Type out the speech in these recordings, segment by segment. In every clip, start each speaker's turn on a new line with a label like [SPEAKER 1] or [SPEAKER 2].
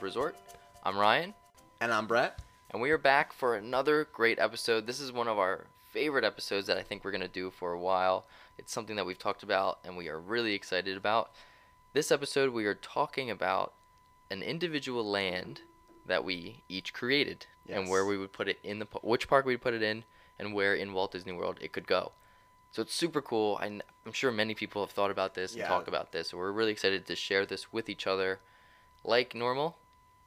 [SPEAKER 1] Resort. I'm Ryan,
[SPEAKER 2] And I'm Brett.
[SPEAKER 1] and we are back for another great episode. This is one of our favorite episodes that I think we're going to do for a while. It's something that we've talked about and we are really excited about. This episode, we are talking about an individual land that we each created and where
[SPEAKER 2] Yes.
[SPEAKER 1] we would put it in the pa- which park we'd put it in and where in Walt Disney World it could go. So it's super cool. I kn- I'm sure many people have thought about this and
[SPEAKER 2] Yeah.
[SPEAKER 1] talk about this. So we're really excited to share this with each other. Like normal,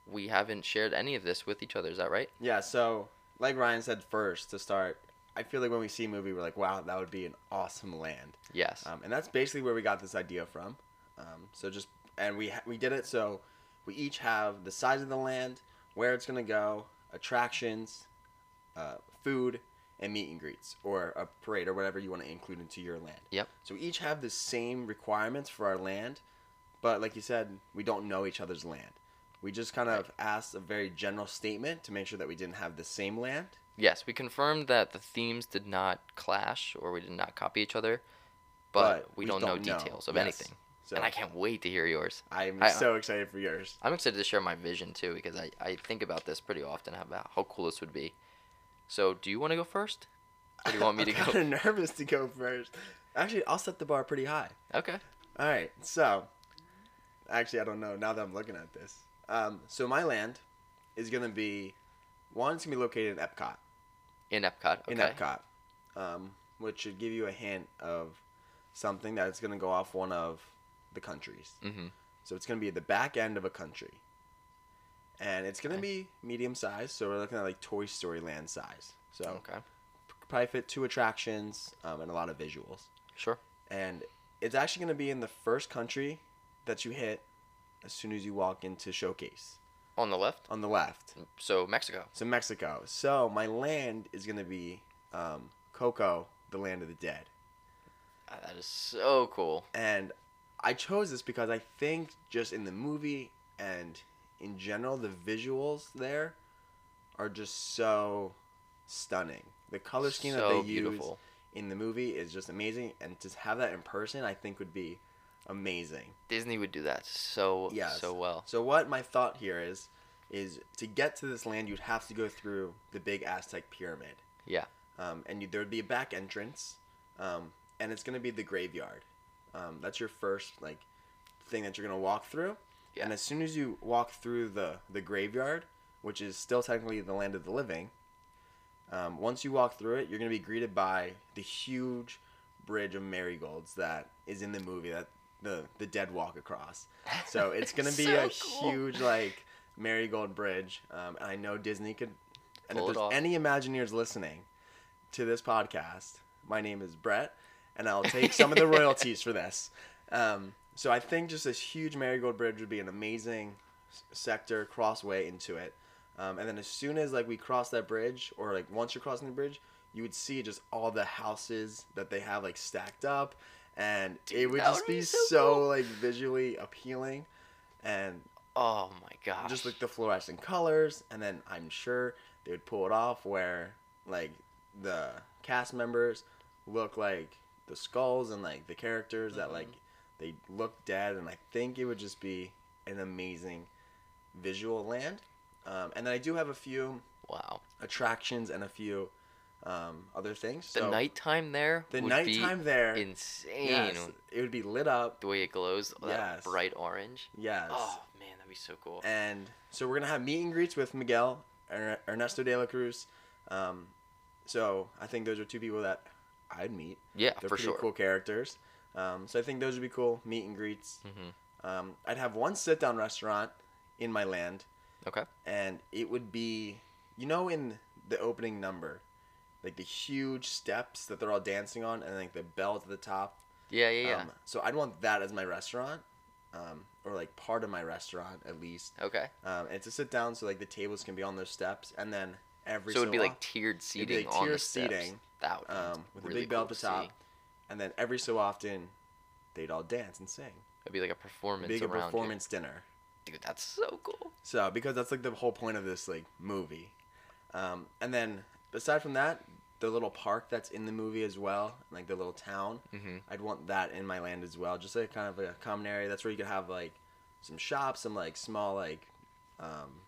[SPEAKER 1] we haven't shared any of this with each other. Is that right?
[SPEAKER 2] Yeah, so like Ryan said first to start, I feel like when we see a movie, we're like, wow, that would be an awesome land.
[SPEAKER 1] Yes.
[SPEAKER 2] Um, and that's basically where we got this idea from. Um, so just, and we, ha- we did it so we each have the size of the land, where it's going to go, attractions, uh, food, and meet and greets, or a parade, or whatever you want to include into your land.
[SPEAKER 1] Yep.
[SPEAKER 2] So we each have the same requirements for our land, but like you said, we don't know each other's land. We just kind of asked a very general statement to make sure that we didn't have the same land.
[SPEAKER 1] Yes, we confirmed that the themes did not clash or we did not copy each other, but, we, don't, know details of
[SPEAKER 2] Yes.
[SPEAKER 1] anything.
[SPEAKER 2] So
[SPEAKER 1] And I can't wait to hear yours.
[SPEAKER 2] I'm
[SPEAKER 1] I-
[SPEAKER 2] so excited for yours.
[SPEAKER 1] I'm excited to share my vision too because I, I think about this pretty often about how cool this would be. So, do you want to go first? Or do you want me to
[SPEAKER 2] I'm
[SPEAKER 1] go?
[SPEAKER 2] kinda nervous to go first. Actually, I'll set the bar pretty high.
[SPEAKER 1] Okay.
[SPEAKER 2] All right, so actually, I don't know now that I'm looking at this. Um, so my land is gonna be one. It's gonna be located in Epcot.
[SPEAKER 1] In Epcot. Okay.
[SPEAKER 2] in Epcot, um, which should give you a hint of something that's going to go off one of the countries.
[SPEAKER 1] Mm-hmm.
[SPEAKER 2] So it's going to be the back end of a country. And it's going to be medium size, so we're looking at like Toy Story Land size. So
[SPEAKER 1] Okay.
[SPEAKER 2] could probably fit two attractions um, and a lot of visuals.
[SPEAKER 1] Sure.
[SPEAKER 2] And it's actually going to be in the first country that you hit as soon as you walk into Showcase
[SPEAKER 1] On the left.
[SPEAKER 2] on the left.
[SPEAKER 1] So Mexico.
[SPEAKER 2] So Mexico. So my land is going to be um, Coco, the land of the dead.
[SPEAKER 1] Ah, That is so cool.
[SPEAKER 2] And I chose this because I think just in the movie and in general, the visuals there are just so stunning. The color scheme that
[SPEAKER 1] So
[SPEAKER 2] they
[SPEAKER 1] beautiful.
[SPEAKER 2] use in the movie is just amazing, and to have that in person, I think would be amazing.
[SPEAKER 1] Disney would do that so
[SPEAKER 2] Yes.
[SPEAKER 1] so well.
[SPEAKER 2] So what my thought here is, is to get to this land, you'd have to go through the big Aztec pyramid.
[SPEAKER 1] Yeah.
[SPEAKER 2] Um, and you, there'd be a back entrance, um, and it's gonna be the graveyard. Um, that's your first like thing that you're gonna walk through.
[SPEAKER 1] Yeah.
[SPEAKER 2] And as soon as you walk through the the graveyard, which is still technically the land of the living, um, once you walk through it, you're gonna be greeted by the huge bridge of marigolds that is in the movie that the the dead walk across. So it's gonna be
[SPEAKER 1] So
[SPEAKER 2] a
[SPEAKER 1] cool.
[SPEAKER 2] huge like marigold bridge. Um, and I know Disney could. And
[SPEAKER 1] Pull it
[SPEAKER 2] if there's
[SPEAKER 1] off.
[SPEAKER 2] any Imagineers listening to this podcast, my name is Brett, and I'll take some of the royalties for this. Um, so I think just this huge marigold bridge would be an amazing s- sector crossway into it. Um, and then as soon as like we cross that bridge, or like once you're crossing the bridge, you would see just all the houses that they have like stacked up, and it would
[SPEAKER 1] that
[SPEAKER 2] just
[SPEAKER 1] would
[SPEAKER 2] be,
[SPEAKER 1] be so
[SPEAKER 2] so,
[SPEAKER 1] cool.
[SPEAKER 2] like visually appealing, and
[SPEAKER 1] Oh my gosh.
[SPEAKER 2] just like the fluorescent colors. And then I'm sure they would pull it off where like the cast members look like the skulls and like the characters that
[SPEAKER 1] Mm-hmm.
[SPEAKER 2] like they look dead. And I think it would just be an amazing visual land. Um, and then I do have a few
[SPEAKER 1] wow.
[SPEAKER 2] attractions and a few um, other things.
[SPEAKER 1] The
[SPEAKER 2] so
[SPEAKER 1] nighttime there.
[SPEAKER 2] the
[SPEAKER 1] would
[SPEAKER 2] nighttime there,
[SPEAKER 1] be insane.
[SPEAKER 2] yes, it would be lit up.
[SPEAKER 1] The way it glows, that
[SPEAKER 2] Yes.
[SPEAKER 1] bright orange.
[SPEAKER 2] Yes.
[SPEAKER 1] Oh man, that'd be so cool.
[SPEAKER 2] And so we're gonna have meet and greets with Miguel Er- Ernesto de la Cruz. Um, so I think those are two people that I'd meet.
[SPEAKER 1] yeah,
[SPEAKER 2] They're
[SPEAKER 1] for
[SPEAKER 2] pretty
[SPEAKER 1] sure.
[SPEAKER 2] cool characters. Um, so I think those would be cool meet and greets.
[SPEAKER 1] Mhm.
[SPEAKER 2] Um, I'd have one sit down restaurant in my land,
[SPEAKER 1] Okay.
[SPEAKER 2] and it would be, you know, in the opening number, like the huge steps that they're all dancing on, and like the bell at the top.
[SPEAKER 1] Yeah, yeah, yeah.
[SPEAKER 2] Um, so I'd want that as my restaurant, um, or like part of my restaurant at least.
[SPEAKER 1] okay.
[SPEAKER 2] Um, and to sit down so like the tables can be on those steps, and then every
[SPEAKER 1] So
[SPEAKER 2] so
[SPEAKER 1] it'd be
[SPEAKER 2] o-
[SPEAKER 1] like tiered seating
[SPEAKER 2] like,
[SPEAKER 1] on the
[SPEAKER 2] tiered
[SPEAKER 1] steps.
[SPEAKER 2] seating,
[SPEAKER 1] That would be
[SPEAKER 2] um, with
[SPEAKER 1] really
[SPEAKER 2] a big bell
[SPEAKER 1] cool
[SPEAKER 2] at the
[SPEAKER 1] to
[SPEAKER 2] top,
[SPEAKER 1] see.
[SPEAKER 2] and then every so often they'd all dance and sing,
[SPEAKER 1] It'd be like a performance
[SPEAKER 2] big a
[SPEAKER 1] around
[SPEAKER 2] performance dinner.
[SPEAKER 1] you. Dude, that's so cool.
[SPEAKER 2] So because that's like the whole point of this like movie, um, and then aside from that, the little park that's in the movie as well, like the little town,
[SPEAKER 1] Mhm.
[SPEAKER 2] I'd want that in my land as well, just like kind of like a common area. That's where you could have like some shops, some like small like um,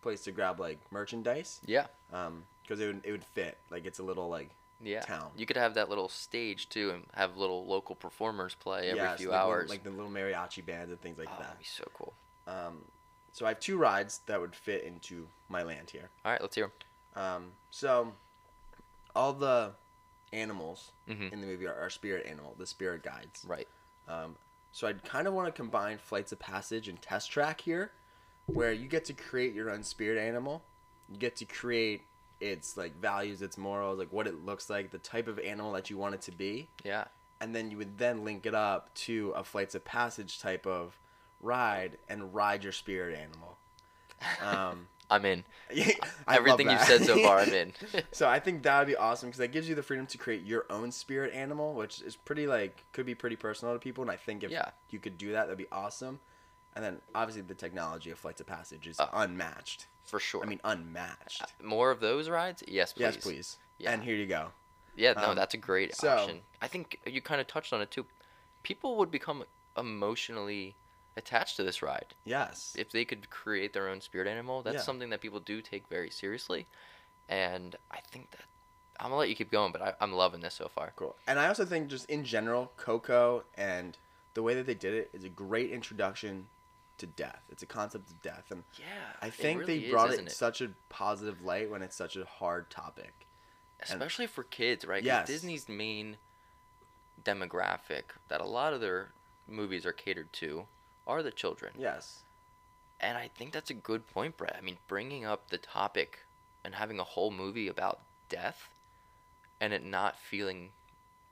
[SPEAKER 2] place to grab like merchandise
[SPEAKER 1] Yeah.
[SPEAKER 2] because Um, it would it would fit. Like it's a little like
[SPEAKER 1] Yeah.
[SPEAKER 2] Town.
[SPEAKER 1] You could have that little stage too and have little local performers play every
[SPEAKER 2] yeah, it's
[SPEAKER 1] few
[SPEAKER 2] like little-
[SPEAKER 1] hours.
[SPEAKER 2] like the little mariachi bands and things like
[SPEAKER 1] oh,
[SPEAKER 2] that.
[SPEAKER 1] that'd be so cool.
[SPEAKER 2] Um, so I have two rides that would fit into my land here.
[SPEAKER 1] All right, let's hear 'em.
[SPEAKER 2] Um, so all the animals
[SPEAKER 1] Mhm.
[SPEAKER 2] in the movie are, are spirit animal, the spirit guides.
[SPEAKER 1] Right.
[SPEAKER 2] Um, so I'd kind of want to combine Flights of Passage and Test Track here, where you get to create your own spirit animal. You get to create its like values, its morals, like what it looks like, the type of animal that you want it to be,
[SPEAKER 1] Yeah.
[SPEAKER 2] and then you would then link it up to a Flights of Passage type of ride and ride your spirit animal. Um,
[SPEAKER 1] I'm in.
[SPEAKER 2] I love
[SPEAKER 1] Everything you've
[SPEAKER 2] that.
[SPEAKER 1] said so far, I'm in.
[SPEAKER 2] So I think that would be awesome because that gives you the freedom to create your own spirit animal, which is pretty like could be pretty personal to people. And I think if
[SPEAKER 1] Yeah.
[SPEAKER 2] you could do that, that'd be awesome. And then obviously the technology of Flights of Passage is
[SPEAKER 1] Oh.
[SPEAKER 2] unmatched.
[SPEAKER 1] For sure.
[SPEAKER 2] I mean, unmatched.
[SPEAKER 1] more of those rides? Yes, please.
[SPEAKER 2] Yes, please.
[SPEAKER 1] Yeah.
[SPEAKER 2] And here you go.
[SPEAKER 1] Yeah, no,
[SPEAKER 2] Um,
[SPEAKER 1] that's a great
[SPEAKER 2] so-
[SPEAKER 1] option. I think you kind of touched on it too. People would become emotionally attached to this ride
[SPEAKER 2] Yes.
[SPEAKER 1] if they could create their own spirit animal. That's
[SPEAKER 2] Yeah.
[SPEAKER 1] something that people do take very seriously, and I think that I'm gonna let you keep going, but I, I'm loving this so far.
[SPEAKER 2] Cool. And I also think just in general, Coco and the way that they did it is a great introduction to death. It's a concept of death, and
[SPEAKER 1] Yeah,
[SPEAKER 2] I
[SPEAKER 1] it
[SPEAKER 2] think
[SPEAKER 1] really
[SPEAKER 2] they
[SPEAKER 1] is,
[SPEAKER 2] brought it
[SPEAKER 1] isn't
[SPEAKER 2] in such a positive light when it's such a hard topic.
[SPEAKER 1] especially for kids, right? 'Cause
[SPEAKER 2] Yes.
[SPEAKER 1] Disney's main demographic that a lot of their movies are catered to are the children.
[SPEAKER 2] Yes.
[SPEAKER 1] And I think that's a good point, Brett. I mean, bringing up the topic and having a whole movie about death and it not feeling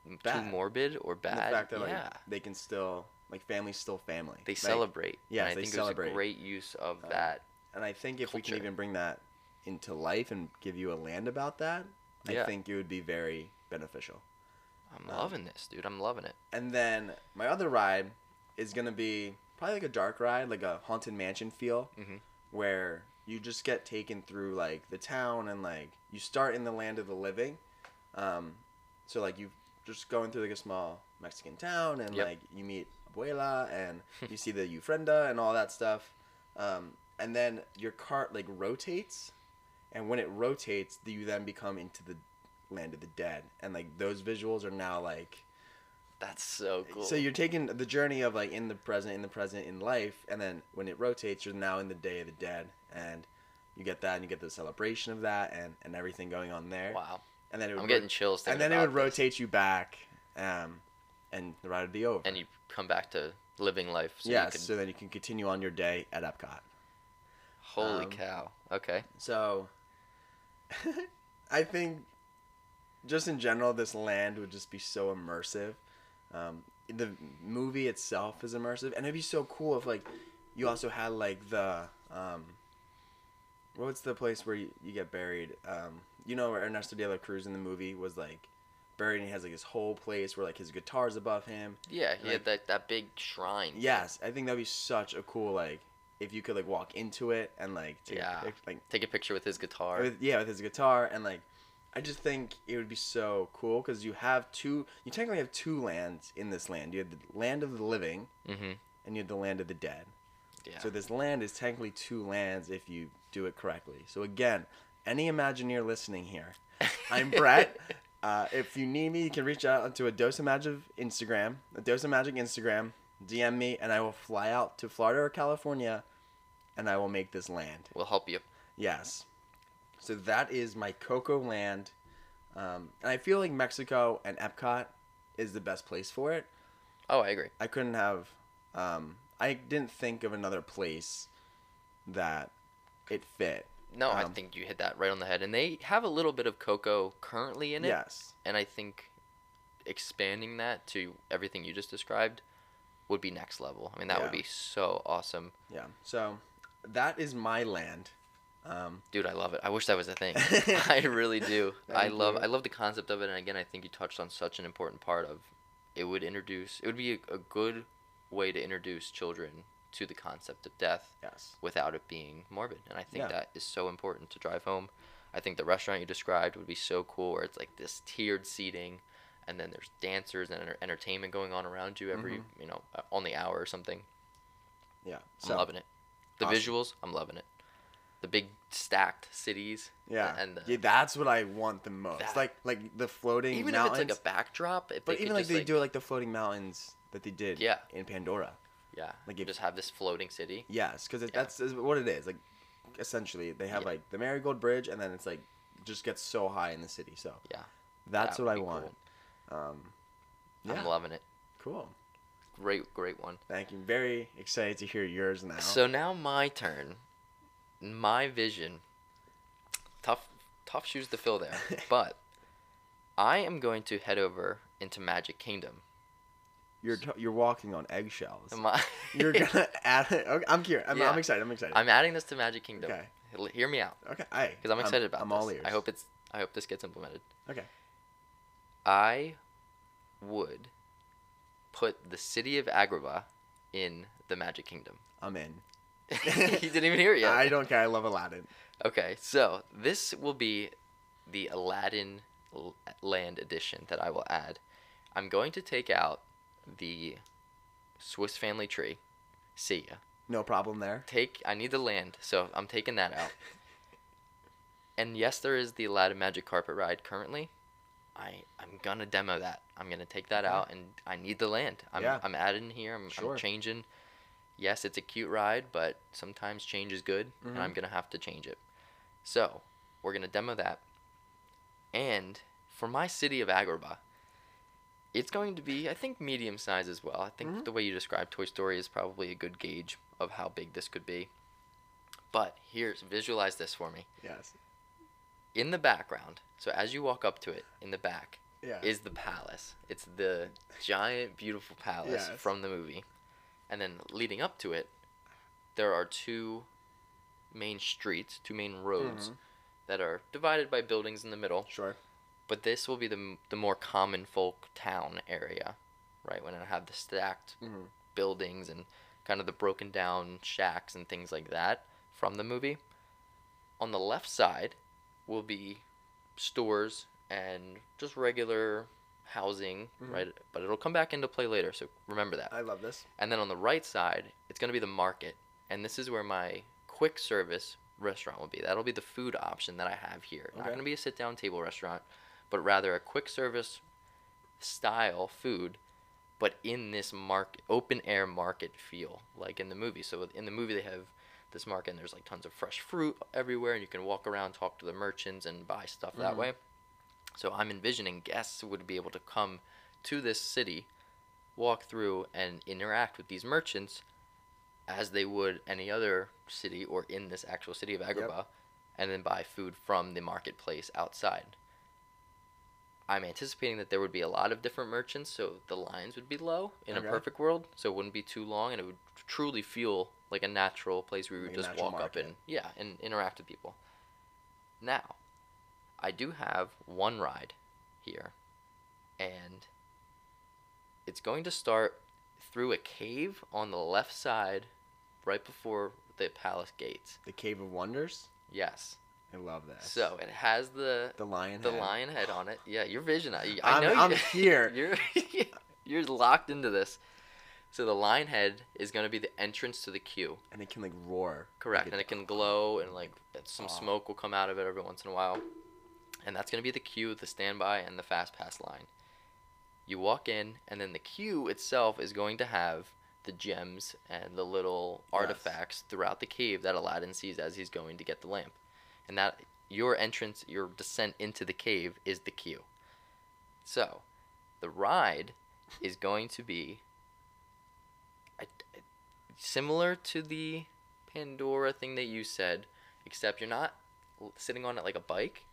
[SPEAKER 1] m-
[SPEAKER 2] Bad.
[SPEAKER 1] too morbid or bad.
[SPEAKER 2] And the fact that
[SPEAKER 1] yeah.
[SPEAKER 2] like they can still like family's still family.
[SPEAKER 1] they
[SPEAKER 2] Like,
[SPEAKER 1] celebrate.
[SPEAKER 2] yes,
[SPEAKER 1] and I
[SPEAKER 2] they
[SPEAKER 1] think it was
[SPEAKER 2] celebrate.
[SPEAKER 1] a great use of
[SPEAKER 2] Um,
[SPEAKER 1] that.
[SPEAKER 2] and I think if we
[SPEAKER 1] culture.
[SPEAKER 2] can even bring that into life and give you a land about that,
[SPEAKER 1] Yeah.
[SPEAKER 2] I think it would be very beneficial.
[SPEAKER 1] I'm
[SPEAKER 2] um,
[SPEAKER 1] loving this, dude. I'm loving it.
[SPEAKER 2] And then my other ride is gonna be probably like a dark ride, like a haunted mansion feel,
[SPEAKER 1] Mhm.
[SPEAKER 2] where you just get taken through like the town and like you start in the land of the living. Um, so like you just going through like a small Mexican town and
[SPEAKER 1] Yep.
[SPEAKER 2] like you meet abuela and you see the Ufrenda and all that stuff. Um, and then your cart like rotates, and when it rotates, you then become into the land of the dead. And like those visuals are now like
[SPEAKER 1] That's so cool.
[SPEAKER 2] so you're taking the journey of like in the present, in the present, in life, and then when it rotates, you're now in the day of the dead, and you get that, and you get the celebration of that, and and everything going on there.
[SPEAKER 1] wow.
[SPEAKER 2] And then it would
[SPEAKER 1] I'm
[SPEAKER 2] ro-
[SPEAKER 1] getting chills
[SPEAKER 2] and
[SPEAKER 1] thinking
[SPEAKER 2] then it would
[SPEAKER 1] about this.
[SPEAKER 2] rotate you back, um, and the ride would be over.
[SPEAKER 1] And you come back to living life. So you
[SPEAKER 2] yeah,
[SPEAKER 1] can-
[SPEAKER 2] so then you can continue on your day at Epcot.
[SPEAKER 1] holy
[SPEAKER 2] um,
[SPEAKER 1] cow. Okay.
[SPEAKER 2] So, I think just in general, this land would just be so immersive. Um, the movie itself is immersive, and it'd be so cool if like you also had like the um, what's the place where you, you get buried? Um, you know, where Ernesto de la Cruz in the movie was like buried, and he has like his whole place where like his guitar's above him.
[SPEAKER 1] Yeah, he
[SPEAKER 2] like-
[SPEAKER 1] had that, that big shrine.
[SPEAKER 2] Yes, I think that'd be such a cool like if you could like walk into it and like take,
[SPEAKER 1] Yeah.
[SPEAKER 2] pic- like
[SPEAKER 1] Take a picture with his guitar.
[SPEAKER 2] with, yeah, with his guitar, and like, I just think it would be so cool because you have two. You technically have two lands in this land. You have the land of the living,
[SPEAKER 1] mm-hmm.
[SPEAKER 2] and you have the land of the dead.
[SPEAKER 1] Yeah.
[SPEAKER 2] So this land is technically two lands if you do it correctly. So again, any Imagineer listening here, I'm Brett. Uh, if you need me, you can reach out to a Dose of Magic Instagram, a Dose of Magic Instagram, DM me, and I will fly out to Florida or California, and I will make this land.
[SPEAKER 1] we'll help you.
[SPEAKER 2] Yes. So that is my Coco Land. Um, and I feel like Mexico and Epcot is the best place for it.
[SPEAKER 1] Oh, I agree.
[SPEAKER 2] I couldn't have, um, I didn't think of another place that it fit.
[SPEAKER 1] No, I
[SPEAKER 2] Um,
[SPEAKER 1] think you hit that right on the head. And they have a little bit of cocoa currently in it.
[SPEAKER 2] Yes.
[SPEAKER 1] And I think expanding that to everything you just described would be next level. I mean, that would
[SPEAKER 2] Yeah.
[SPEAKER 1] be so awesome.
[SPEAKER 2] Yeah. So that is my land. Um,
[SPEAKER 1] Dude, I love it. I wish that was a thing. I really do. I
[SPEAKER 2] Thank
[SPEAKER 1] love
[SPEAKER 2] you.
[SPEAKER 1] I love the concept of it and again, I think you touched on such an important part of it would introduce it would be a, a good way to introduce children to the concept of death
[SPEAKER 2] yes.
[SPEAKER 1] without it being morbid. And I think
[SPEAKER 2] Yeah.
[SPEAKER 1] that is so important to drive home. I think the restaurant you described would be so cool where it's like this tiered seating and then there's dancers and enter- entertainment going on around you every, you know, uh, on the hour or something.
[SPEAKER 2] Yeah.
[SPEAKER 1] I'm
[SPEAKER 2] Mm-hmm. So
[SPEAKER 1] loving it. The
[SPEAKER 2] Awesome.
[SPEAKER 1] visuals, I'm loving it. The big stacked cities.
[SPEAKER 2] Yeah.
[SPEAKER 1] And the,
[SPEAKER 2] yeah, that's what I want the most.
[SPEAKER 1] That-
[SPEAKER 2] Like like the floating
[SPEAKER 1] even
[SPEAKER 2] mountains.
[SPEAKER 1] if it's like a backdrop, if
[SPEAKER 2] but
[SPEAKER 1] they
[SPEAKER 2] even
[SPEAKER 1] could
[SPEAKER 2] like
[SPEAKER 1] just,
[SPEAKER 2] they do like the floating mountains that they did
[SPEAKER 1] Yeah.
[SPEAKER 2] in Pandora.
[SPEAKER 1] yeah,
[SPEAKER 2] like
[SPEAKER 1] like
[SPEAKER 2] if-
[SPEAKER 1] just have this floating city.
[SPEAKER 2] Yes, because
[SPEAKER 1] Yeah.
[SPEAKER 2] that's is what it is. Like essentially, they have
[SPEAKER 1] Yeah.
[SPEAKER 2] like the Marigold Bridge, and then it's like just gets so high in the city. So
[SPEAKER 1] Yeah,
[SPEAKER 2] that's
[SPEAKER 1] that
[SPEAKER 2] what I
[SPEAKER 1] would be
[SPEAKER 2] want. Um, yeah,
[SPEAKER 1] I'm loving it.
[SPEAKER 2] cool.
[SPEAKER 1] Great, great one.
[SPEAKER 2] Thank you. Very excited to hear yours now.
[SPEAKER 1] So now my turn. My vision. Tough tough shoes to fill there. but I am going to head over into Magic Kingdom.
[SPEAKER 2] you're t- you're walking on eggshells.
[SPEAKER 1] Am I-
[SPEAKER 2] You're gonna add it. Okay, I'm here. I'm,
[SPEAKER 1] Yeah.
[SPEAKER 2] I'm excited. I'm excited.
[SPEAKER 1] I'm adding this to Magic Kingdom.
[SPEAKER 2] Okay.
[SPEAKER 1] L- Hear me out
[SPEAKER 2] okay, I
[SPEAKER 1] because I'm excited about
[SPEAKER 2] I'm
[SPEAKER 1] this.
[SPEAKER 2] all ears.
[SPEAKER 1] I hope it's I hope this gets implemented.
[SPEAKER 2] Okay.
[SPEAKER 1] I would put the city of Agrabah in the Magic Kingdom.
[SPEAKER 2] I'm in.
[SPEAKER 1] he didn't even hear it yet.
[SPEAKER 2] I don't care. I love Aladdin.
[SPEAKER 1] Okay, so this will be the Aladdin l- Land edition that I will add. I'm going to take out the Swiss family tree. See ya.
[SPEAKER 2] No problem there.
[SPEAKER 1] Take I need the land, so I'm taking that out. and yes, there is the Aladdin Magic Carpet ride currently. I I'm gonna demo that. I'm gonna take that
[SPEAKER 2] Okay.
[SPEAKER 1] out, and I need the land. I'm
[SPEAKER 2] Yeah.
[SPEAKER 1] I'm adding here. I'm,
[SPEAKER 2] Sure.
[SPEAKER 1] I'm changing. Yes, it's a cute ride, but sometimes change is good,
[SPEAKER 2] Mhm.
[SPEAKER 1] and I'm gonna have to change it. So we're gonna demo that. And for my city of Agrabah, it's going to be I think medium size as well. I think
[SPEAKER 2] Mhm.
[SPEAKER 1] the way you describe Toy Story is probably a good gauge of how big this could be. But here's visualize this for me.
[SPEAKER 2] Yes.
[SPEAKER 1] In the background, so as you walk up to it, in the back
[SPEAKER 2] Yeah.
[SPEAKER 1] is the palace. It's the giant, beautiful palace
[SPEAKER 2] Yes.
[SPEAKER 1] from the movie. And then leading up to it, there are two main streets, two main roads
[SPEAKER 2] Mhm.
[SPEAKER 1] that are divided by buildings in the middle.
[SPEAKER 2] Sure.
[SPEAKER 1] But this will be the, m- the more common folk town area, right? When I have the stacked
[SPEAKER 2] Mhm.
[SPEAKER 1] buildings and kind of the broken down shacks and things like that from the movie. On the left side will be stores and just regular housing,
[SPEAKER 2] Mhm.
[SPEAKER 1] right? But it'll come back into play later, so remember that.
[SPEAKER 2] I love this.
[SPEAKER 1] And then on the right side, it's going to be the market. And this is where my quick service restaurant will be. That'll be the food option that I have here. Not
[SPEAKER 2] Okay.
[SPEAKER 1] going to be a sit down table restaurant, but rather a quick service style food, but in this market, open air market feel, like in the movie. So in the movie, they have this market and there's like tons of fresh fruit everywhere, and you can walk around, talk to the merchants, and buy stuff that
[SPEAKER 2] Mhm.
[SPEAKER 1] way. So I'm envisioning guests would be able to come to this city walk through and interact with these merchants as they would any other city or in this actual city of Agrabah and then buy food from the marketplace outside. I'm anticipating that there would be a lot of different merchants, so the lines would be low in
[SPEAKER 2] Okay.
[SPEAKER 1] a perfect world, so it wouldn't be too long and it would truly feel like a natural place where you
[SPEAKER 2] Like
[SPEAKER 1] would
[SPEAKER 2] a
[SPEAKER 1] just
[SPEAKER 2] natural
[SPEAKER 1] walk
[SPEAKER 2] market.
[SPEAKER 1] up and yeah, and interact with people. Now, I do have one ride here, and it's going to start through a cave on the left side, right before the palace gates.
[SPEAKER 2] The Cave of Wonders.
[SPEAKER 1] Yes.
[SPEAKER 2] I love this.
[SPEAKER 1] So it has the
[SPEAKER 2] the lion.
[SPEAKER 1] the
[SPEAKER 2] head.
[SPEAKER 1] lion head on it. Yeah, your vision. I, I
[SPEAKER 2] I'm-
[SPEAKER 1] know.
[SPEAKER 2] I'm
[SPEAKER 1] you,
[SPEAKER 2] here.
[SPEAKER 1] You're you're locked into this. So the lion head is going to be the entrance to the queue.
[SPEAKER 2] and it can like roar.
[SPEAKER 1] Correct,
[SPEAKER 2] Like
[SPEAKER 1] and it can glow, and like that some
[SPEAKER 2] Aw.
[SPEAKER 1] smoke will come out of it every once in a while, and that's gonna be the queue, the standby, and the fast pass line. You walk in, and then the queue itself is going to have the gems and the little
[SPEAKER 2] Yes.
[SPEAKER 1] artifacts throughout the cave that Aladdin sees as he's going to get the lamp, and that your entrance, your descent into the cave is the queue. So, the ride is going to be I, I- similar to the Pandora thing that you said, except you're not l- sitting on it like a bike.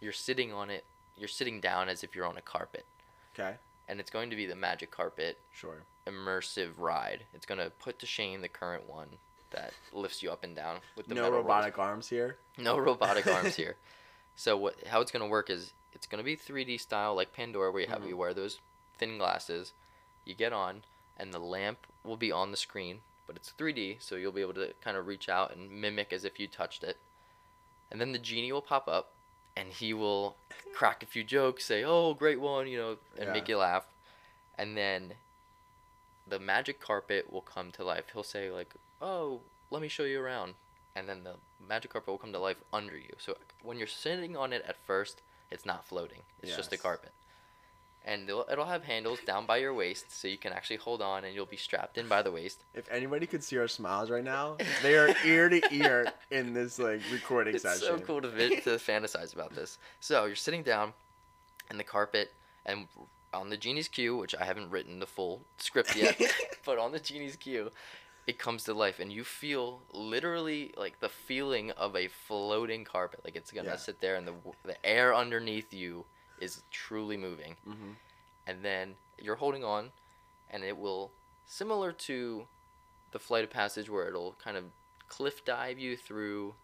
[SPEAKER 1] You're sitting on it. You're sitting down as if you're on a carpet,
[SPEAKER 2] Okay.
[SPEAKER 1] and it's going to be the magic carpet
[SPEAKER 2] Sure.
[SPEAKER 1] immersive ride. It's going to put to shame the current one that lifts you up and down with the
[SPEAKER 2] no
[SPEAKER 1] metal roller
[SPEAKER 2] robotic arms here.
[SPEAKER 1] no robotic arms here. So what? How it's gonna work is it's gonna be 3D style like Pandora, where you have
[SPEAKER 2] Mhm.
[SPEAKER 1] you wear those thin glasses, you get on, and the lamp will be on the screen, but it's 3D, so you'll be able to kind of reach out and mimic as if you touched it. And then the genie will pop up, and he will crack a few jokes, say, "Oh, great one," you know, and
[SPEAKER 2] Yeah.
[SPEAKER 1] make you laugh. And then the magic carpet will come to life. He'll say like, "Oh, let me show you around. And then the magic carpet will come to life under you. So when you're sitting on it at first, it's not floating, it's just a
[SPEAKER 2] Yes.
[SPEAKER 1] carpet. And it'll, it'll have handles down by your waist so you can actually hold on and you'll be strapped in by the waist.
[SPEAKER 2] If anybody could see our smiles right now, they are ear to ear in this like recording
[SPEAKER 1] It's
[SPEAKER 2] session.
[SPEAKER 1] so cool to, vi- to fantasize about this. So you're sitting down in the carpet and on the genie's cue, which I haven't written the full script yet, but on the genie's cue, it comes to life and you feel literally like the feeling of a floating carpet. Like it's gonna
[SPEAKER 2] Yeah.
[SPEAKER 1] sit there and the w- the air underneath you is truly moving.
[SPEAKER 2] Mhm.
[SPEAKER 1] And then you're holding on, and it will similar to the flight of passage where it'll kind of cliff dive you through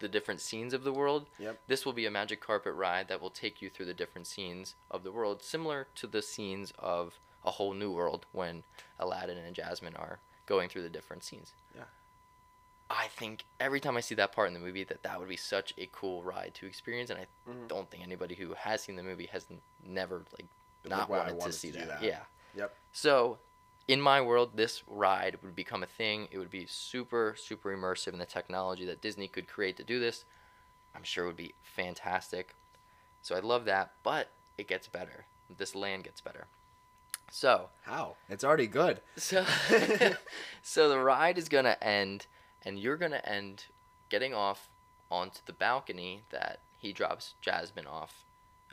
[SPEAKER 1] the different scenes of the world.
[SPEAKER 2] Yep.
[SPEAKER 1] This will be a magic carpet ride that will take you through the different scenes of the world, similar to the scenes of A Whole New World when Aladdin and Jasmine are going through the different scenes.
[SPEAKER 2] Yeah.
[SPEAKER 1] I think every time I see that part in the movie that that would be such a cool ride to experience and I
[SPEAKER 2] Mhm.
[SPEAKER 1] don't think anybody who has seen the movie has n- never like
[SPEAKER 2] Been like,
[SPEAKER 1] not
[SPEAKER 2] "Wow, I
[SPEAKER 1] wanted to
[SPEAKER 2] wanted
[SPEAKER 1] see
[SPEAKER 2] to do
[SPEAKER 1] that.
[SPEAKER 2] that.
[SPEAKER 1] Yeah.
[SPEAKER 2] Yep.
[SPEAKER 1] So, in my world, this ride would become a thing. It would be super, super immersive, and the technology that Disney could create to do this, I'm sure, would be fantastic. So, I love that, but it gets better. This land gets better. So,
[SPEAKER 2] How? It's already good.
[SPEAKER 1] so, so the ride is gonna end, and you're gonna end getting off onto the balcony that he drops Jasmine off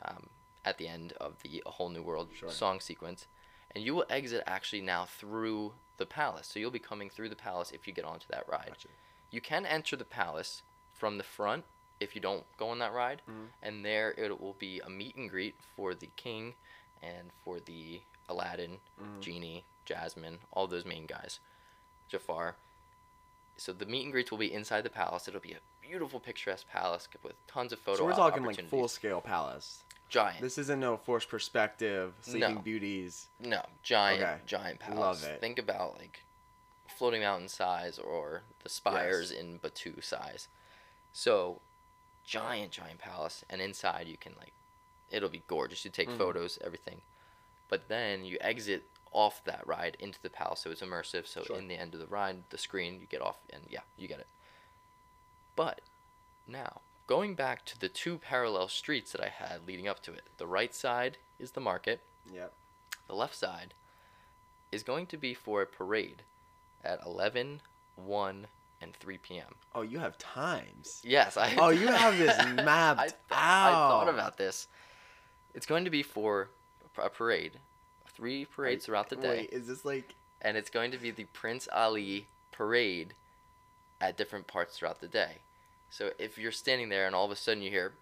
[SPEAKER 1] um, at the end of the A Whole New World
[SPEAKER 2] Sure.
[SPEAKER 1] song sequence, and you will exit actually now through the palace. So you'll be coming through the palace if you get onto that ride.
[SPEAKER 2] Gotcha.
[SPEAKER 1] You can enter the palace from the front if you don't go on that ride,
[SPEAKER 2] Mhm.
[SPEAKER 1] and there it will be a meet and greet for the king and for the Aladdin,
[SPEAKER 2] Mm-hmm.
[SPEAKER 1] Genie, Jasmine, all those main guys, Jafar. So the meet and greets will be inside the palace. It'll be a beautiful, picturesque palace with tons of photo.
[SPEAKER 2] So we're
[SPEAKER 1] op-
[SPEAKER 2] talking like
[SPEAKER 1] opportunities.
[SPEAKER 2] full scale palace.
[SPEAKER 1] giant.
[SPEAKER 2] This isn't no forced perspective, Sleeping
[SPEAKER 1] No.
[SPEAKER 2] Beauties.
[SPEAKER 1] No, giant,
[SPEAKER 2] Okay.
[SPEAKER 1] giant
[SPEAKER 2] Love
[SPEAKER 1] palace.
[SPEAKER 2] it.
[SPEAKER 1] Think about like floating mountain size or the spires in Batu size. So, giant, giant palace, and inside you can like, it'll be gorgeous. You take
[SPEAKER 2] Mhm.
[SPEAKER 1] photos, everything, but then you exit off that ride into the palace, so it's immersive. So
[SPEAKER 2] Sure.
[SPEAKER 1] in the end of the ride, the screen you get off, and yeah, you get it. But now, going back to the two parallel streets that I had leading up to it, the right side is the market
[SPEAKER 2] Yep.
[SPEAKER 1] the left side is going to be for a parade at 11 1 and 3 p.m
[SPEAKER 2] Oh, you have times.
[SPEAKER 1] yes i
[SPEAKER 2] Oh, you have this mapped
[SPEAKER 1] I, th- I thought
[SPEAKER 2] out.
[SPEAKER 1] about this it's going to be for a parade three parades throughout the day
[SPEAKER 2] Wait, is this like
[SPEAKER 1] and it's going to be the Prince Ali parade at different parts throughout the day. So if you're standing there and all of a sudden you hear,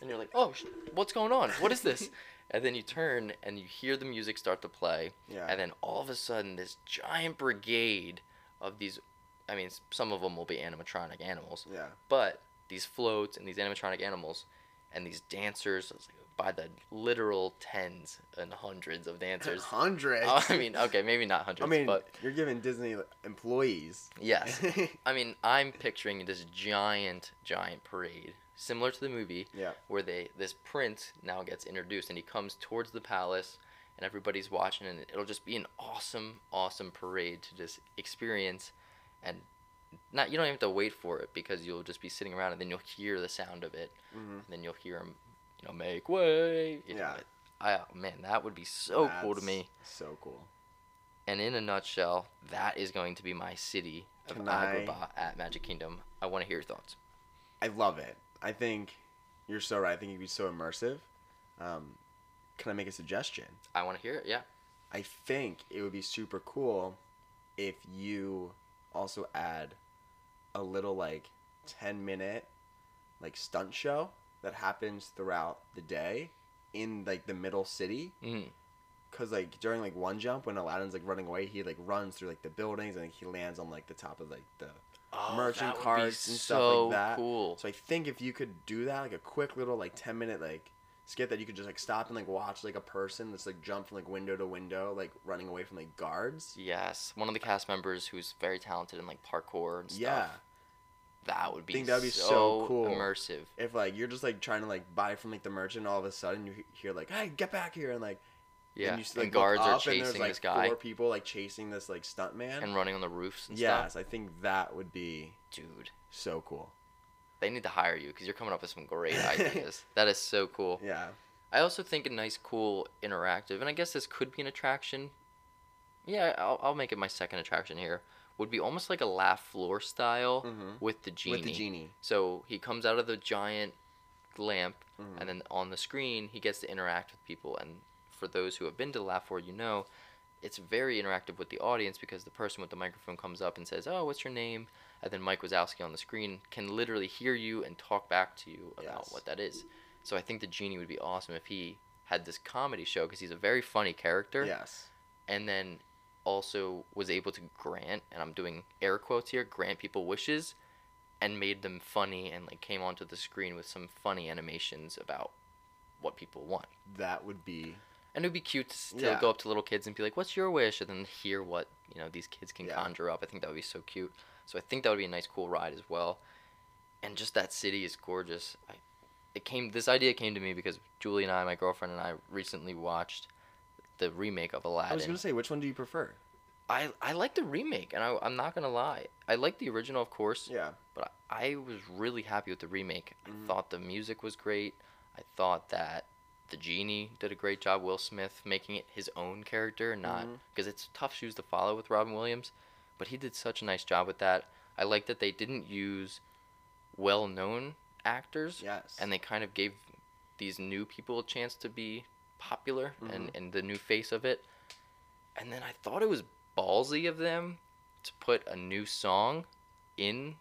[SPEAKER 1] and you're like, oh, sh- what's going on? What is this? And then you turn and you hear the music start to play,
[SPEAKER 2] Yeah.
[SPEAKER 1] and then all of a sudden this giant brigade of these, I mean, s- some of them will be animatronic animals,
[SPEAKER 2] yeah.
[SPEAKER 1] but these floats and these animatronic animals and these dancers it's like by the literal tens and hundreds of dancers
[SPEAKER 2] hundreds.
[SPEAKER 1] Oh, I mean, okay, maybe not
[SPEAKER 2] I
[SPEAKER 1] hundreds,
[SPEAKER 2] mean,
[SPEAKER 1] but
[SPEAKER 2] you're giving Disney employees.
[SPEAKER 1] yes. I mean, I'm picturing this giant, giant parade, similar to the movie,
[SPEAKER 2] yeah.
[SPEAKER 1] where they this prince now gets introduced and he comes towards the palace, and everybody's watching, and it'll just be an awesome, awesome parade to just experience, and not you don't even have to wait for it because you'll just be sitting around and then you'll hear the sound of it,
[SPEAKER 2] hmm
[SPEAKER 1] and then you'll hear him, you know, make way. You know,
[SPEAKER 2] Yeah.
[SPEAKER 1] it- I, oh, man, that would be so cool to me.
[SPEAKER 2] So cool.
[SPEAKER 1] And in a nutshell, that is going to be my city of
[SPEAKER 2] Can I-
[SPEAKER 1] Agrabah at Magic Kingdom. I want to hear your thoughts.
[SPEAKER 2] I love it. I think you're so right. I think it'd be so immersive. Um, can I make a suggestion?
[SPEAKER 1] I want to hear it. Yeah.
[SPEAKER 2] I think it would be super cool if you also add a little like 10 minute like stunt show that happens throughout the day in like the middle city
[SPEAKER 1] Mm.
[SPEAKER 2] because like during like one jump when aladdin's like running away he like runs through like the buildings and he lands on like the top of like the
[SPEAKER 1] Oh,
[SPEAKER 2] merchant carts and stuff like that.
[SPEAKER 1] Cool.
[SPEAKER 2] so i think if you could do that like a quick little like 10 minute like skit that you could just like stop and like watch like a person that's like jump from like window to window like running away from like guards
[SPEAKER 1] Yes, one of the cast members who's very talented in like parkour and stuff.
[SPEAKER 2] yeah
[SPEAKER 1] That would be.
[SPEAKER 2] Think that would be
[SPEAKER 1] so,
[SPEAKER 2] so cool.
[SPEAKER 1] immersive.
[SPEAKER 2] if like you're just like trying to like buy from like the merchant all of a sudden you he- hear like hey get back here and like
[SPEAKER 1] Yeah,
[SPEAKER 2] and, you, s- like,
[SPEAKER 1] and guards
[SPEAKER 2] look
[SPEAKER 1] are
[SPEAKER 2] up, and there's,
[SPEAKER 1] chasing
[SPEAKER 2] like,
[SPEAKER 1] this guy
[SPEAKER 2] Four people like chasing this like stunt man.
[SPEAKER 1] and running on the roofs and
[SPEAKER 2] yes,
[SPEAKER 1] stuff.
[SPEAKER 2] I think that would be
[SPEAKER 1] Dude,
[SPEAKER 2] so cool.
[SPEAKER 1] they need to hire you because you're coming up with some great ideas. that is so cool.
[SPEAKER 2] Yeah,
[SPEAKER 1] I also think a nice, cool, interactive, and I guess this could be an attraction. Yeah, I'll, I'll make it my second attraction here. Would be almost like a laugh floor style
[SPEAKER 2] Mhm.
[SPEAKER 1] with the genie.
[SPEAKER 2] with the genie.
[SPEAKER 1] So he comes out of the giant lamp,
[SPEAKER 2] Mhm.
[SPEAKER 1] and then on the screen he gets to interact with people. And for those who have been to Laugh-Ford, you know, it's very interactive with the audience because the person with the microphone comes up and says, "Oh, what's your name?" And then Mike Wazowski on the screen can literally hear you and talk back to you about
[SPEAKER 2] Yes.
[SPEAKER 1] what that is. So I think the genie would be awesome if he had this comedy show because he's a very funny character
[SPEAKER 2] Yes.
[SPEAKER 1] and then also was able to grant and i'm doing air quotes here grant people wishes and made them funny and like came onto the screen with some funny animations about what people want
[SPEAKER 2] That would be
[SPEAKER 1] and it would be cute to still
[SPEAKER 2] Yeah.
[SPEAKER 1] go up to little kids and be like what's your wish and then hear what you know these kids can
[SPEAKER 2] Yeah.
[SPEAKER 1] conjure up i think that would be so cute so i think that would be a nice cool ride as well and just that city is gorgeous I, it came this idea came to me because julie and i my girlfriend and i recently watched the remake of aladdin
[SPEAKER 2] I was gonna say, which one do you prefer?
[SPEAKER 1] I, I like the remake, and I, I'm not gonna lie. I like the original, of course,
[SPEAKER 2] Yeah.
[SPEAKER 1] but I was really happy with the remake.
[SPEAKER 2] Mhm.
[SPEAKER 1] I thought the music was great. I thought that the genie did a great job. Will Smith making it his own character, not
[SPEAKER 2] Mhm.
[SPEAKER 1] because it's tough shoes to follow with Robin Williams, but he did such a nice job with that. I like that they didn't use well-known actors
[SPEAKER 2] Yes.
[SPEAKER 1] and they kind of gave these new people a chance to be popular and, and the new face of it. And then I thought it was ballsy of them to put a new song in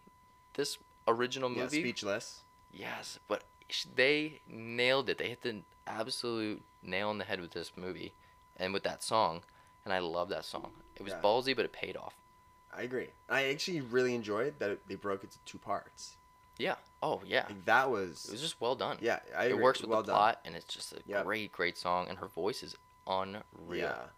[SPEAKER 1] this original
[SPEAKER 2] yeah,
[SPEAKER 1] movie.
[SPEAKER 2] speechless.
[SPEAKER 1] Yes, but sh- they nailed it. They hit the absolute nail on the head with this movie and with that song. And I love that song. It was
[SPEAKER 2] Yeah.
[SPEAKER 1] ballsy, but it paid off.
[SPEAKER 2] I agree. I actually really enjoyed that it- they broke it to two parts.
[SPEAKER 1] Yeah. Oh, yeah.
[SPEAKER 2] Like that was,
[SPEAKER 1] It was just well done.
[SPEAKER 2] yeah. I
[SPEAKER 1] it
[SPEAKER 2] agree.
[SPEAKER 1] works with
[SPEAKER 2] well
[SPEAKER 1] the
[SPEAKER 2] done.
[SPEAKER 1] plot, and it's just a
[SPEAKER 2] Yep.
[SPEAKER 1] great, great song, and her voice is unreal.
[SPEAKER 2] Yeah.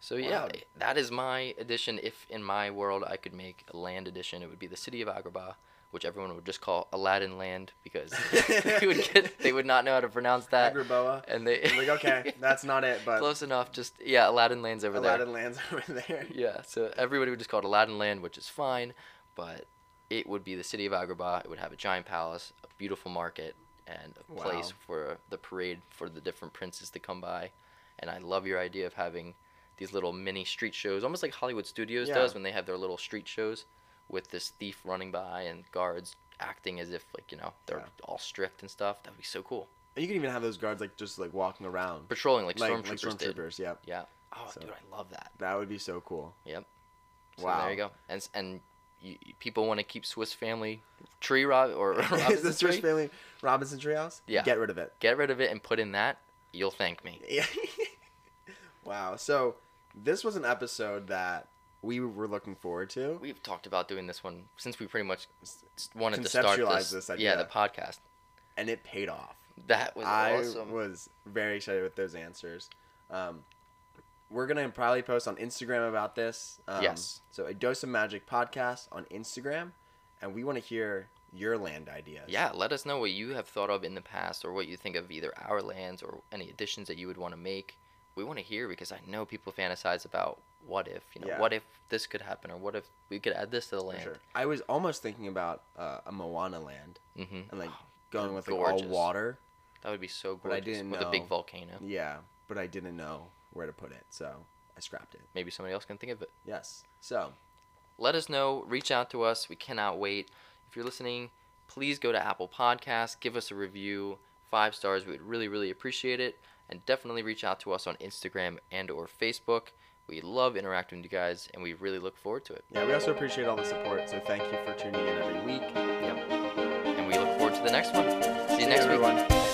[SPEAKER 1] So yeah,
[SPEAKER 2] Wow.
[SPEAKER 1] that is my edition. If in my world I could make a land edition, it would be the city of Agrabah, which everyone would just call Aladdin Land because they would get they would not know how to pronounce that,
[SPEAKER 2] Agrabah.
[SPEAKER 1] and they
[SPEAKER 2] I'm like, okay, that's not it, but
[SPEAKER 1] close enough. Just yeah, Aladdin Land's over
[SPEAKER 2] Aladdin lands over there.
[SPEAKER 1] there. Yeah, so everybody would just call it Aladdin Land, which is fine, but it would be the city of Agrabah. It would have a giant palace, a beautiful market, and a
[SPEAKER 2] Wow.
[SPEAKER 1] place for the parade for the different princes to come by. And I love your idea of having these little mini street shows, almost like Hollywood Studios
[SPEAKER 2] Yeah.
[SPEAKER 1] does when they have their little street shows with this thief running by and guards acting as if like you know they're
[SPEAKER 2] Yeah.
[SPEAKER 1] all stripped and stuff. That would be so cool.
[SPEAKER 2] And you can even have those guards like just like walking around,
[SPEAKER 1] Patrolling like,
[SPEAKER 2] like
[SPEAKER 1] stormtroopers
[SPEAKER 2] like
[SPEAKER 1] did.
[SPEAKER 2] stormtroopers. Yep,
[SPEAKER 1] Yeah. Oh,
[SPEAKER 2] So-
[SPEAKER 1] dude, I love that.
[SPEAKER 2] that would be so cool.
[SPEAKER 1] So there you go. And s- and you, you- people want to keep Swiss Family Tree Rob or
[SPEAKER 2] Is
[SPEAKER 1] Robinson
[SPEAKER 2] the Swiss
[SPEAKER 1] Tree?
[SPEAKER 2] Family Robinson Treehouse?
[SPEAKER 1] Yeah.
[SPEAKER 2] Get rid of it.
[SPEAKER 1] Get rid of it and put in that. You'll thank me.
[SPEAKER 2] Yeah. wow. So this was an episode that we were looking forward to.
[SPEAKER 1] We've talked about doing this one since we pretty much s- wanted to start
[SPEAKER 2] Conceptualize
[SPEAKER 1] this.
[SPEAKER 2] this
[SPEAKER 1] Yeah,
[SPEAKER 2] idea.
[SPEAKER 1] the podcast.
[SPEAKER 2] and it paid off.
[SPEAKER 1] That was
[SPEAKER 2] I
[SPEAKER 1] awesome.
[SPEAKER 2] was very excited with those answers. Um, we're gonna probably post on Instagram about this. Um,
[SPEAKER 1] Yes.
[SPEAKER 2] So a dose of magic podcast on Instagram, and we want to hear your land ideas.
[SPEAKER 1] Yeah, let us know what you have thought of in the past or what you think of either our lands or any additions that you would want to make. We want to hear because I know people fantasize about what if, you know,
[SPEAKER 2] Yeah.
[SPEAKER 1] what if this could happen or what if we could add this to the
[SPEAKER 2] for
[SPEAKER 1] land.
[SPEAKER 2] sure. I was almost thinking about uh, a Moana land
[SPEAKER 1] hmm
[SPEAKER 2] and like going with like, all
[SPEAKER 1] gorgeous.
[SPEAKER 2] water.
[SPEAKER 1] That would be so gorgeous
[SPEAKER 2] But I didn't
[SPEAKER 1] with a big
[SPEAKER 2] know.
[SPEAKER 1] volcano.
[SPEAKER 2] Yeah, but I didn't know where to put it, so I scrapped it.
[SPEAKER 1] Maybe somebody else can think of it.
[SPEAKER 2] Yes. So
[SPEAKER 1] let us know. Reach out to us. We cannot wait. If you're listening, please go to Apple Podcasts, give us a review, five stars. We would really, really appreciate it. And definitely reach out to us on Instagram and or Facebook. We love interacting with you guys, and we really look forward to it.
[SPEAKER 2] yeah, we also appreciate all the support. So thank you for tuning in every week.
[SPEAKER 1] And we look forward to the next one. See you next week.
[SPEAKER 2] everyone.